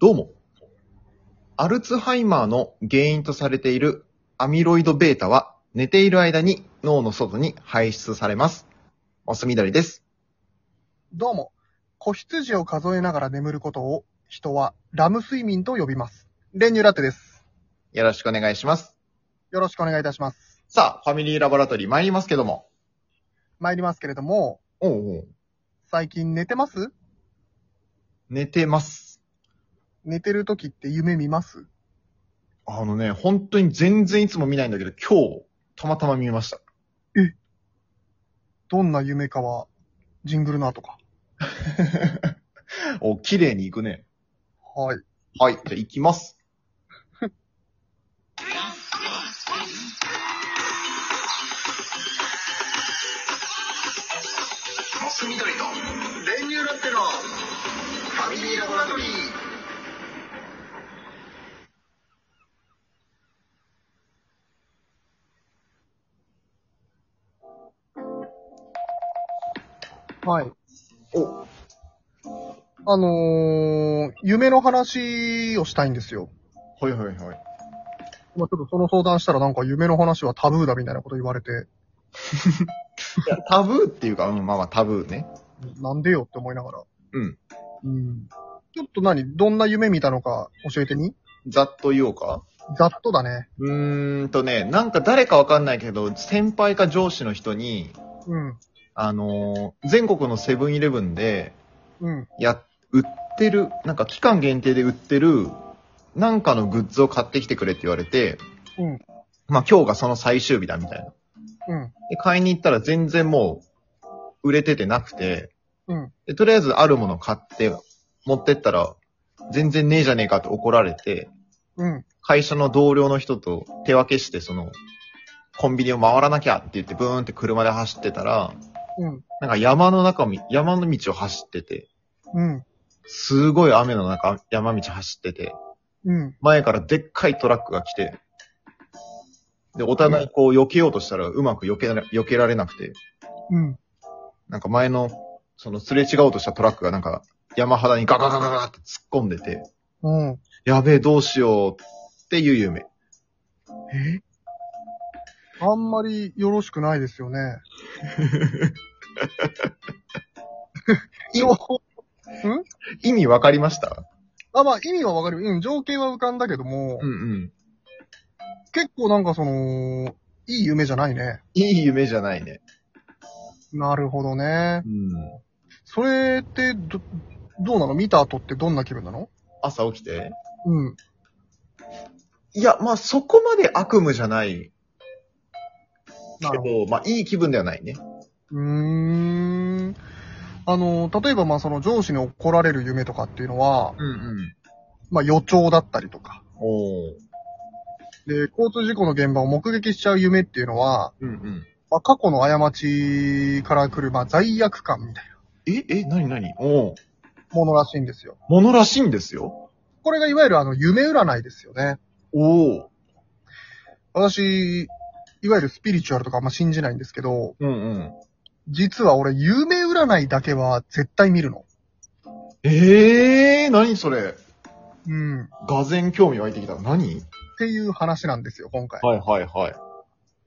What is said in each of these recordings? どうも。アルツハイマーの原因とされているアミロイド β は寝ている間に脳の外に排出されます。マスミダリです。どうも。子羊を数えながら眠ることを人はラム睡眠と呼びます。練乳ラテです。よろしくお願いします。よろしくお願いいたします。さあ、ファミリーラボラトリー参りますけども。参りますけれども、おうおう。最近寝てます寝てます。寝てる時って夢見ますあのね、本当に全然いつも見ないんだけど、今日、たまたま見ま した。どんな夢かは、ジングルの後か。お、綺麗に行くね。はい。はい、じゃあ行きます。マス緑の練乳ラテのファミリーラボラトリー。はい。お、あのー、夢の話をしたいんですよ。はいはいはい。まあ、ちょっとその相談したらなんか夢の話はタブーだみたいなこと言われて、いやタブーっていうか、うん、まあまあタブーね。なんでよって思いながら。うん。うん。ちょっと何どんな夢見たのか教えてみざっと言おうか。ざっとだね。うーんとね、なんか誰かわかんないけど、先輩か上司の人に、うん。あのー全国のセブンイレブンで、うん。や、売ってる、なんか期間限定で売ってる、なんかのグッズを買ってきてくれって言われて、うん。まあ今日がその最終日だみたいな。うん。で、買いに行ったら全然もう、売れててなくて、うん。で、とりあえずあるもの買って、持ってったら、全然ねえじゃねえかって怒られて、うん。会社の同僚の人と手分けして、その、コンビニを回らなきゃって言って、ブーンって車で走ってたら、うん。なんか山の中をみ、山の道を走ってて、うん。すごい雨の中、山道走ってて、うん。前からでっかいトラックが来て、で、お互いこう避けようとしたらうまく避けられ、避けられなくて、うん。なんか前の、そのすれ違おうとしたトラックがなんか山肌にガガガガガって突っ込んでて、うん。やべえどうしようっていう夢。えあんまりよろしくないですよね。情報意味わかりましたあ、まあ意味はわかるよ。うん、情景は浮かんだけども、うんうん。結構なんかその、いい夢じゃないね。いい夢じゃないね。なるほどね。うん。それって、ど、どうなの見た後ってどんな気分なの朝起きてうん。いや、まあそこまで悪夢じゃないなけるほど、ど。まあいい気分ではないね。うーん。あの、例えばまあその上司に怒られる夢とかっていうのは、うんうん。まあ予兆だったりとか、おー。で、交通事故の現場を目撃しちゃう夢っていうのは、うんうん。まあ過去の過ちから来る、まあ罪悪感みたいなえ、え、なになにおー。ものらしいんですよ。ものらしいんですよ。これがいわゆるあの夢占いですよね。おー。私、いわゆるスピリチュアルとかあんま信じないんですけど、うんうん。実は俺夢占いだけは絶対見るの。ええー、なにそれ。うん。っがぜん興味湧いてきた。何ていう話なんですよ、今回。はいはいはい。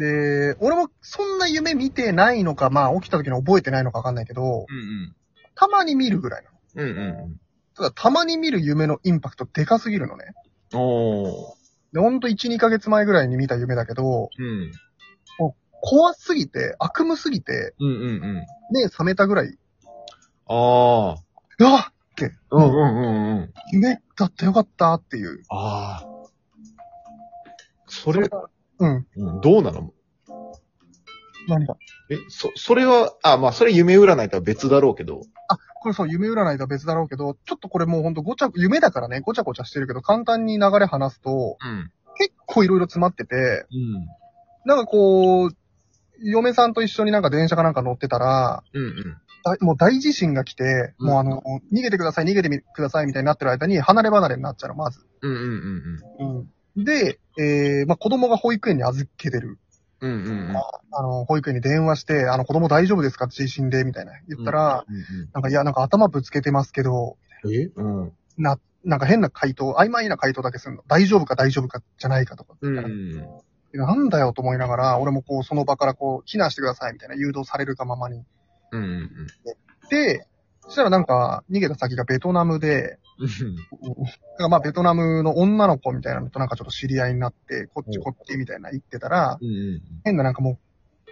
で、俺もそんな夢見てないのか、まあ起きた時に覚えてないのかわかんないけど、うんたまに見るぐらいなの。うん。うんうんただ、たまに見る夢のインパクトでかすぎるのね。うん。おー。で、ほんと1、2ヶ月前ぐらいに見た夢だけど、うん。怖すぎて、悪夢すぎて、うんうんうん。目覚めたぐらい、あー。うわうんうんうんうん。夢だってよかったっていう。あー。それ、うん。うん、どうなの何だえ、そ、それは、あ、まあ、それ夢占いとは別だろうけど。これそう、夢占いとは別だろうけど、ちょっとこれもうほんとごちゃ、夢だからね、ごちゃごちゃしてるけど、簡単に流れ話すと、うん。結構いろいろ詰まってて、うん。なんかこう、嫁さんと一緒になんか電車かなんか乗ってたら、うんうん。だもう大地震が来て、うんもうあの、逃げてください、逃げてみくださいみたいになってる間に離れ離れになっちゃうの、まず。うんうんで、えー、まあ、子供が保育園に預けてる。うんうん。うんうんうん。あの、保育園に電話して、あの、子供大丈夫ですか地震でみたいな。言ったら、うんなんか、いや、なんか頭ぶつけてますけど、うん、えうん。な、なんか変な回答、曖昧な回答だけするの。大丈夫か大丈夫かじゃないかとか。うん。なんだよと思いながら、俺もこう、その場からこう、避難してくださいみたいな誘導されるがままに。うん。うん。で、そしたらなんか、逃げた先がベトナムで、 うんなんかまあベトナムの女の子みたいなのとなんかちょっと知り合いになって、こっちうんこっちみたいな言ってたら、うん。変ななんかも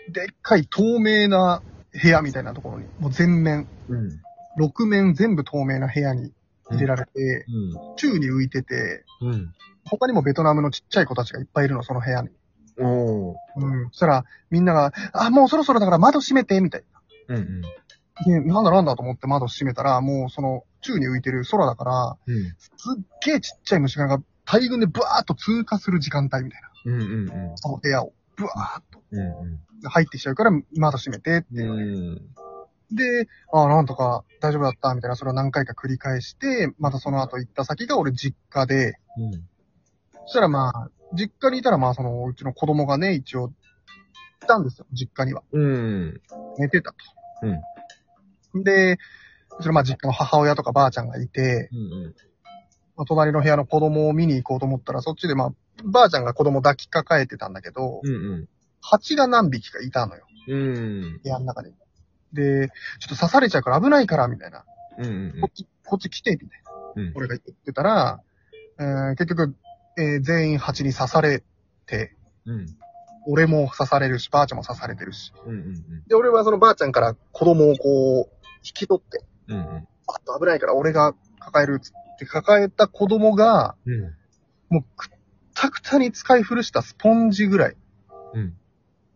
う、でっかい透明な部屋みたいなところに、もう全面、うん。 6面全部透明な部屋に入れられて、宙に浮いてて、うん。うん。他にもベトナムのちっちゃい子たちがいっぱいいるの、その部屋に。おー。うん。そしたら、みんなが、あ、もうそろそろだから窓閉めて、みたいうんうん。な。で、なんだなんだと思って窓閉めたら、もうその、宙に浮いてる空だから、うん。すっげえちっちゃい虫がが大群でブワーッと通過する時間帯みたいな。うんうんうん。その部屋を。ブワーッとうんうん。入ってきちゃうから、窓閉めてっていうので。うん。で、あ、なんとか大丈夫だった、みたいな、それを何回か繰り返して、またその後行った先が俺実家で、うん。そしたらまあ、実家にいたらまあ、その、うちの子供がね、一応、来たんですよ、実家には。うん。寝てたと。うん。で、そのまあ実家の母親とかばあちゃんがいて、うん。まあ、隣の部屋の子供を見に行こうと思ったら、そっちでまあ、ばあちゃんが子供抱きかかえてたんだけど、うん。蜂が何匹かいたのよ、うん。部屋の中で。で、ちょっと刺されちゃうから危ないから、みたいな。うん。こっち、こっち来て、みたいな。うん俺が言ってたら、えー結局、えー全員蜂に刺されて、うん。俺も刺されるし、ばあちゃんも刺されてるし。うん。で、俺はそのばあちゃんから子供をこう、引き取って、うん。うん。あっと危ないから俺が抱えるっつって抱えた子供が、うん。もうくったくたに使い古したスポンジぐらいうん。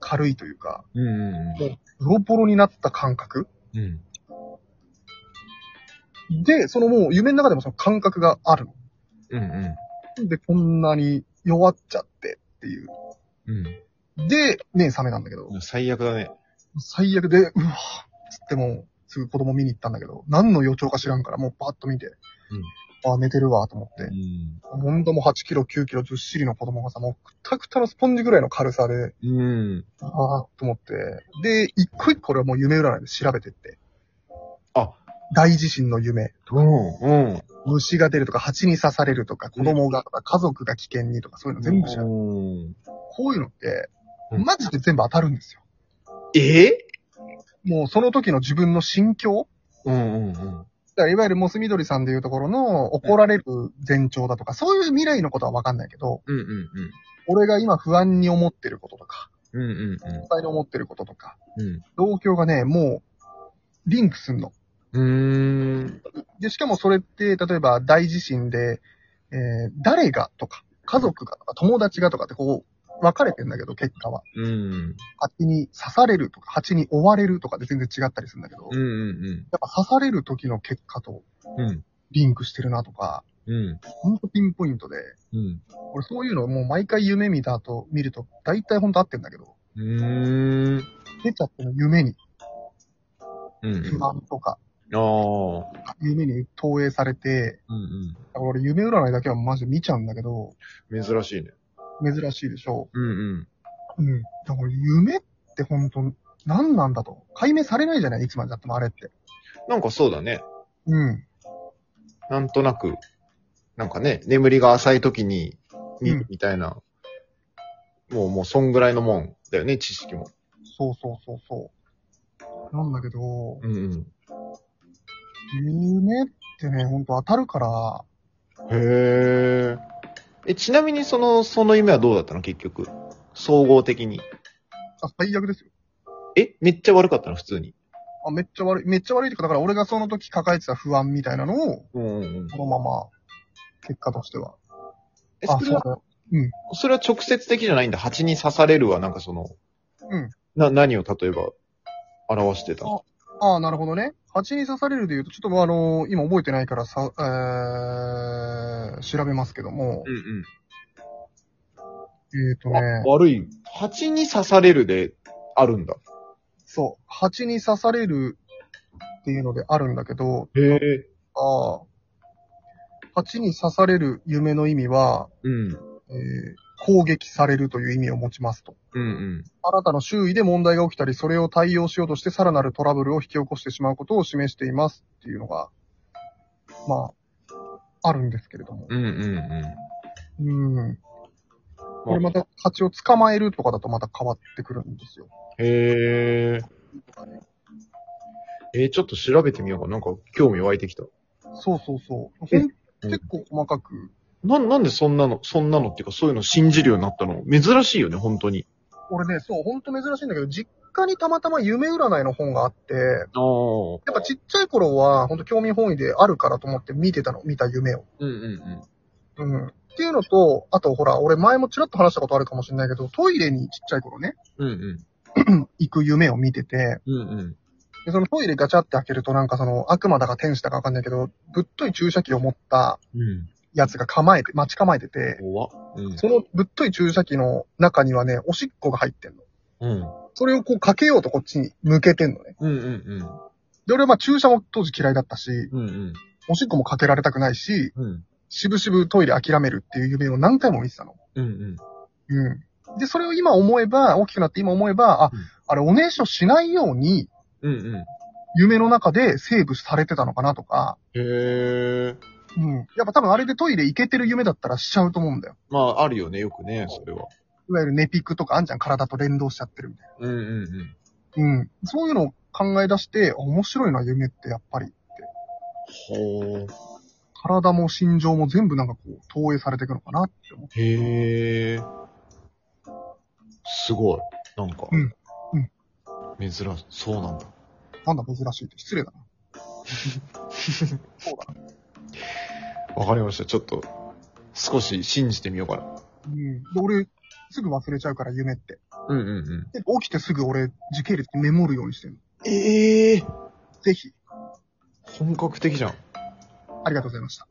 軽いというか、うん。うん。ボロボロになった感覚うん。で、そのもう夢の中でもその感覚があるうん。の。で、こんなに弱っちゃってっていう。うで、目覚めたんだけど、ん。最悪だね。最悪で、うわぁ、つってもうすぐ子供見に行ったんだけど、何の予兆か知らんからもうパッと見て、ああ、寝てるわ、と思って。ん。温度も8キロ、9キロ、ずっしりの子供がさ、もうくたくたのスポンジぐらいの軽さで、うん。ああ、と思って。で、一個一個俺はもう夢占いで調べてって。あ大地震の夢。うん。うん。虫が出るとか、蜂に刺されるとか、子供がとか、家族が危険にとか、そういうの全部調べて。うん。こういうのって、うんマジで全部当たるんですよ。えもうその時の自分の心境うんうんうん。だからいわゆるモスみどりさんでいうところの怒られる前兆だとか、そういう未来のことはわかんないけど、うんうんうん。俺が今不安に思ってることとか、うんうん不快に思ってることとか、うん。同居がね、もう、リンクすんの。うん。うーん。で、しかもそれって、例えば大地震で、えー誰がとか、家族がとか、友達がとかってこう、分かれてんだけど、結果は。うん。蜂に刺されるとか、蜂に追われるとかで全然違ったりするんだけど、うんうんやっぱ刺される時の結果とうん。うん。リンクしてるなとか、うん。ほんとピンポイントで、うん。俺そういうのもう毎回夢見た後見ると、大体ほんと合ってんだけど、うん。出ちゃっての夢にうん不。安とか、ああ。夢に投影されて、うんだから俺夢占いだけはマジで見ちゃうんだけど、うん。珍しいね。珍しいでしょうんうん。う。うん。だから夢って本当何なんだと。解明されないじゃないいつまでだってもあれって。なんかそうだね。うん。なんとなく、なんかね、眠りが浅い時に見うんるみたいな、もうもうそんぐらいのもんだよね、知識も。そうそうそうそう。なんだけど、うん夢ってね、本当当たるから、うん。へえ。え、ちなみにその、その夢はどうだったの結局。総合的に。あ、最悪ですよ。えめっちゃ悪かったの普通に。あ、めっちゃ悪い。めっちゃ悪いってか、だから俺がその時抱えてた不安みたいなのを、うんうんうん。そのまま、結果としては。え、あ、そそれうは、だ。それは直接的じゃないんだ。蜂に刺されるはなんかその、うん。な、何を例えば、表してたのああ、なるほどね。蜂に刺されるで言うと、ちょっとまああの今覚えてないからさ、えー、調べますけども、うんうん。えっ、ー、とね。あ、悪い。蜂に刺されるで、あるんだ。そう、蜂に刺されるっていうのであるんだけど、へえ。あー蜂に刺される夢の意味は、うん。えー攻撃されるという意味を持ちますと。うんうん。あなたの周囲で問題が起きたり、それを対応しようとしてさらなるトラブルを引き起こしてしまうことを示していますっていうのが、まあ、あるんですけれども。うんうんうん。うん。これままた、蜂を捕まえるとかだとまた変わってくるんですよ。へえ。えー、ちょっと調べてみようかな。なんか興味湧いてきた。そうそうそう。えほん結構細かく。な、なんでそんなの、そんなのっていうかそういうの信じるようになったの珍しいよね、本当に。俺ね、そう、ほんと珍しいんだけど、実家にたまたま夢占いの本があって、ああ。うんやっぱちっちゃい頃は、ほんと興味本位であるからと思って見てたの、見た夢を。うんうん。うん。っていうのと、あとほら、俺前もちらっと話したことあるかもしれないけど、トイレにちっちゃい頃ね、うんうん。行く夢を見てて、うんうん。で、そのトイレガチャって開けるとなんかその悪魔だか天使だかわかんないけど、ぶっとい注射器を持ったうん。やつが構えて、待ち構えてて、怖っ。うん。そのぶっとい注射器の中にはね、おしっこが入ってんの。うん。それをこうかけようとこっちに向けてんのね。うんうんで、俺はまあ注射も当時嫌いだったし、うん。うんうん。おしっこもかけられたくないし、うん。しぶしぶトイレ諦めるっていう夢を何回も見てたの。うんうん。で、それを今思えば、大きくなって今思えば、あうん、あれおねしょしないように、うん。うんうん。夢の中でセーブされてたのかなとか、へえ。うん。やっぱ多分あれでトイレ行けてる夢だったらしちゃうと思うんだよ。まあ、あるよね、よくね、それは。いわゆるネピクとかあんじゃん、体と連動しちゃってるみたいうんうんな。うん。そういうのを考え出して、あ面白いな、夢ってやっぱり。うん。ほー。体も心情も全部なんかこう、投影されていくのかなって思う。へえ。すごい。なんか。うんう珍んしい。そうなんだ。なんだ珍しいって、失礼だな。そうだな。わかりました。ちょっと、少し信じてみようかな。うん。で、俺、すぐ忘れちゃうから、夢って。うんうんうん。で起きてすぐ俺、時系列メモるようにしてるの。ええぜひ、本格的じゃん。ありがとうございました。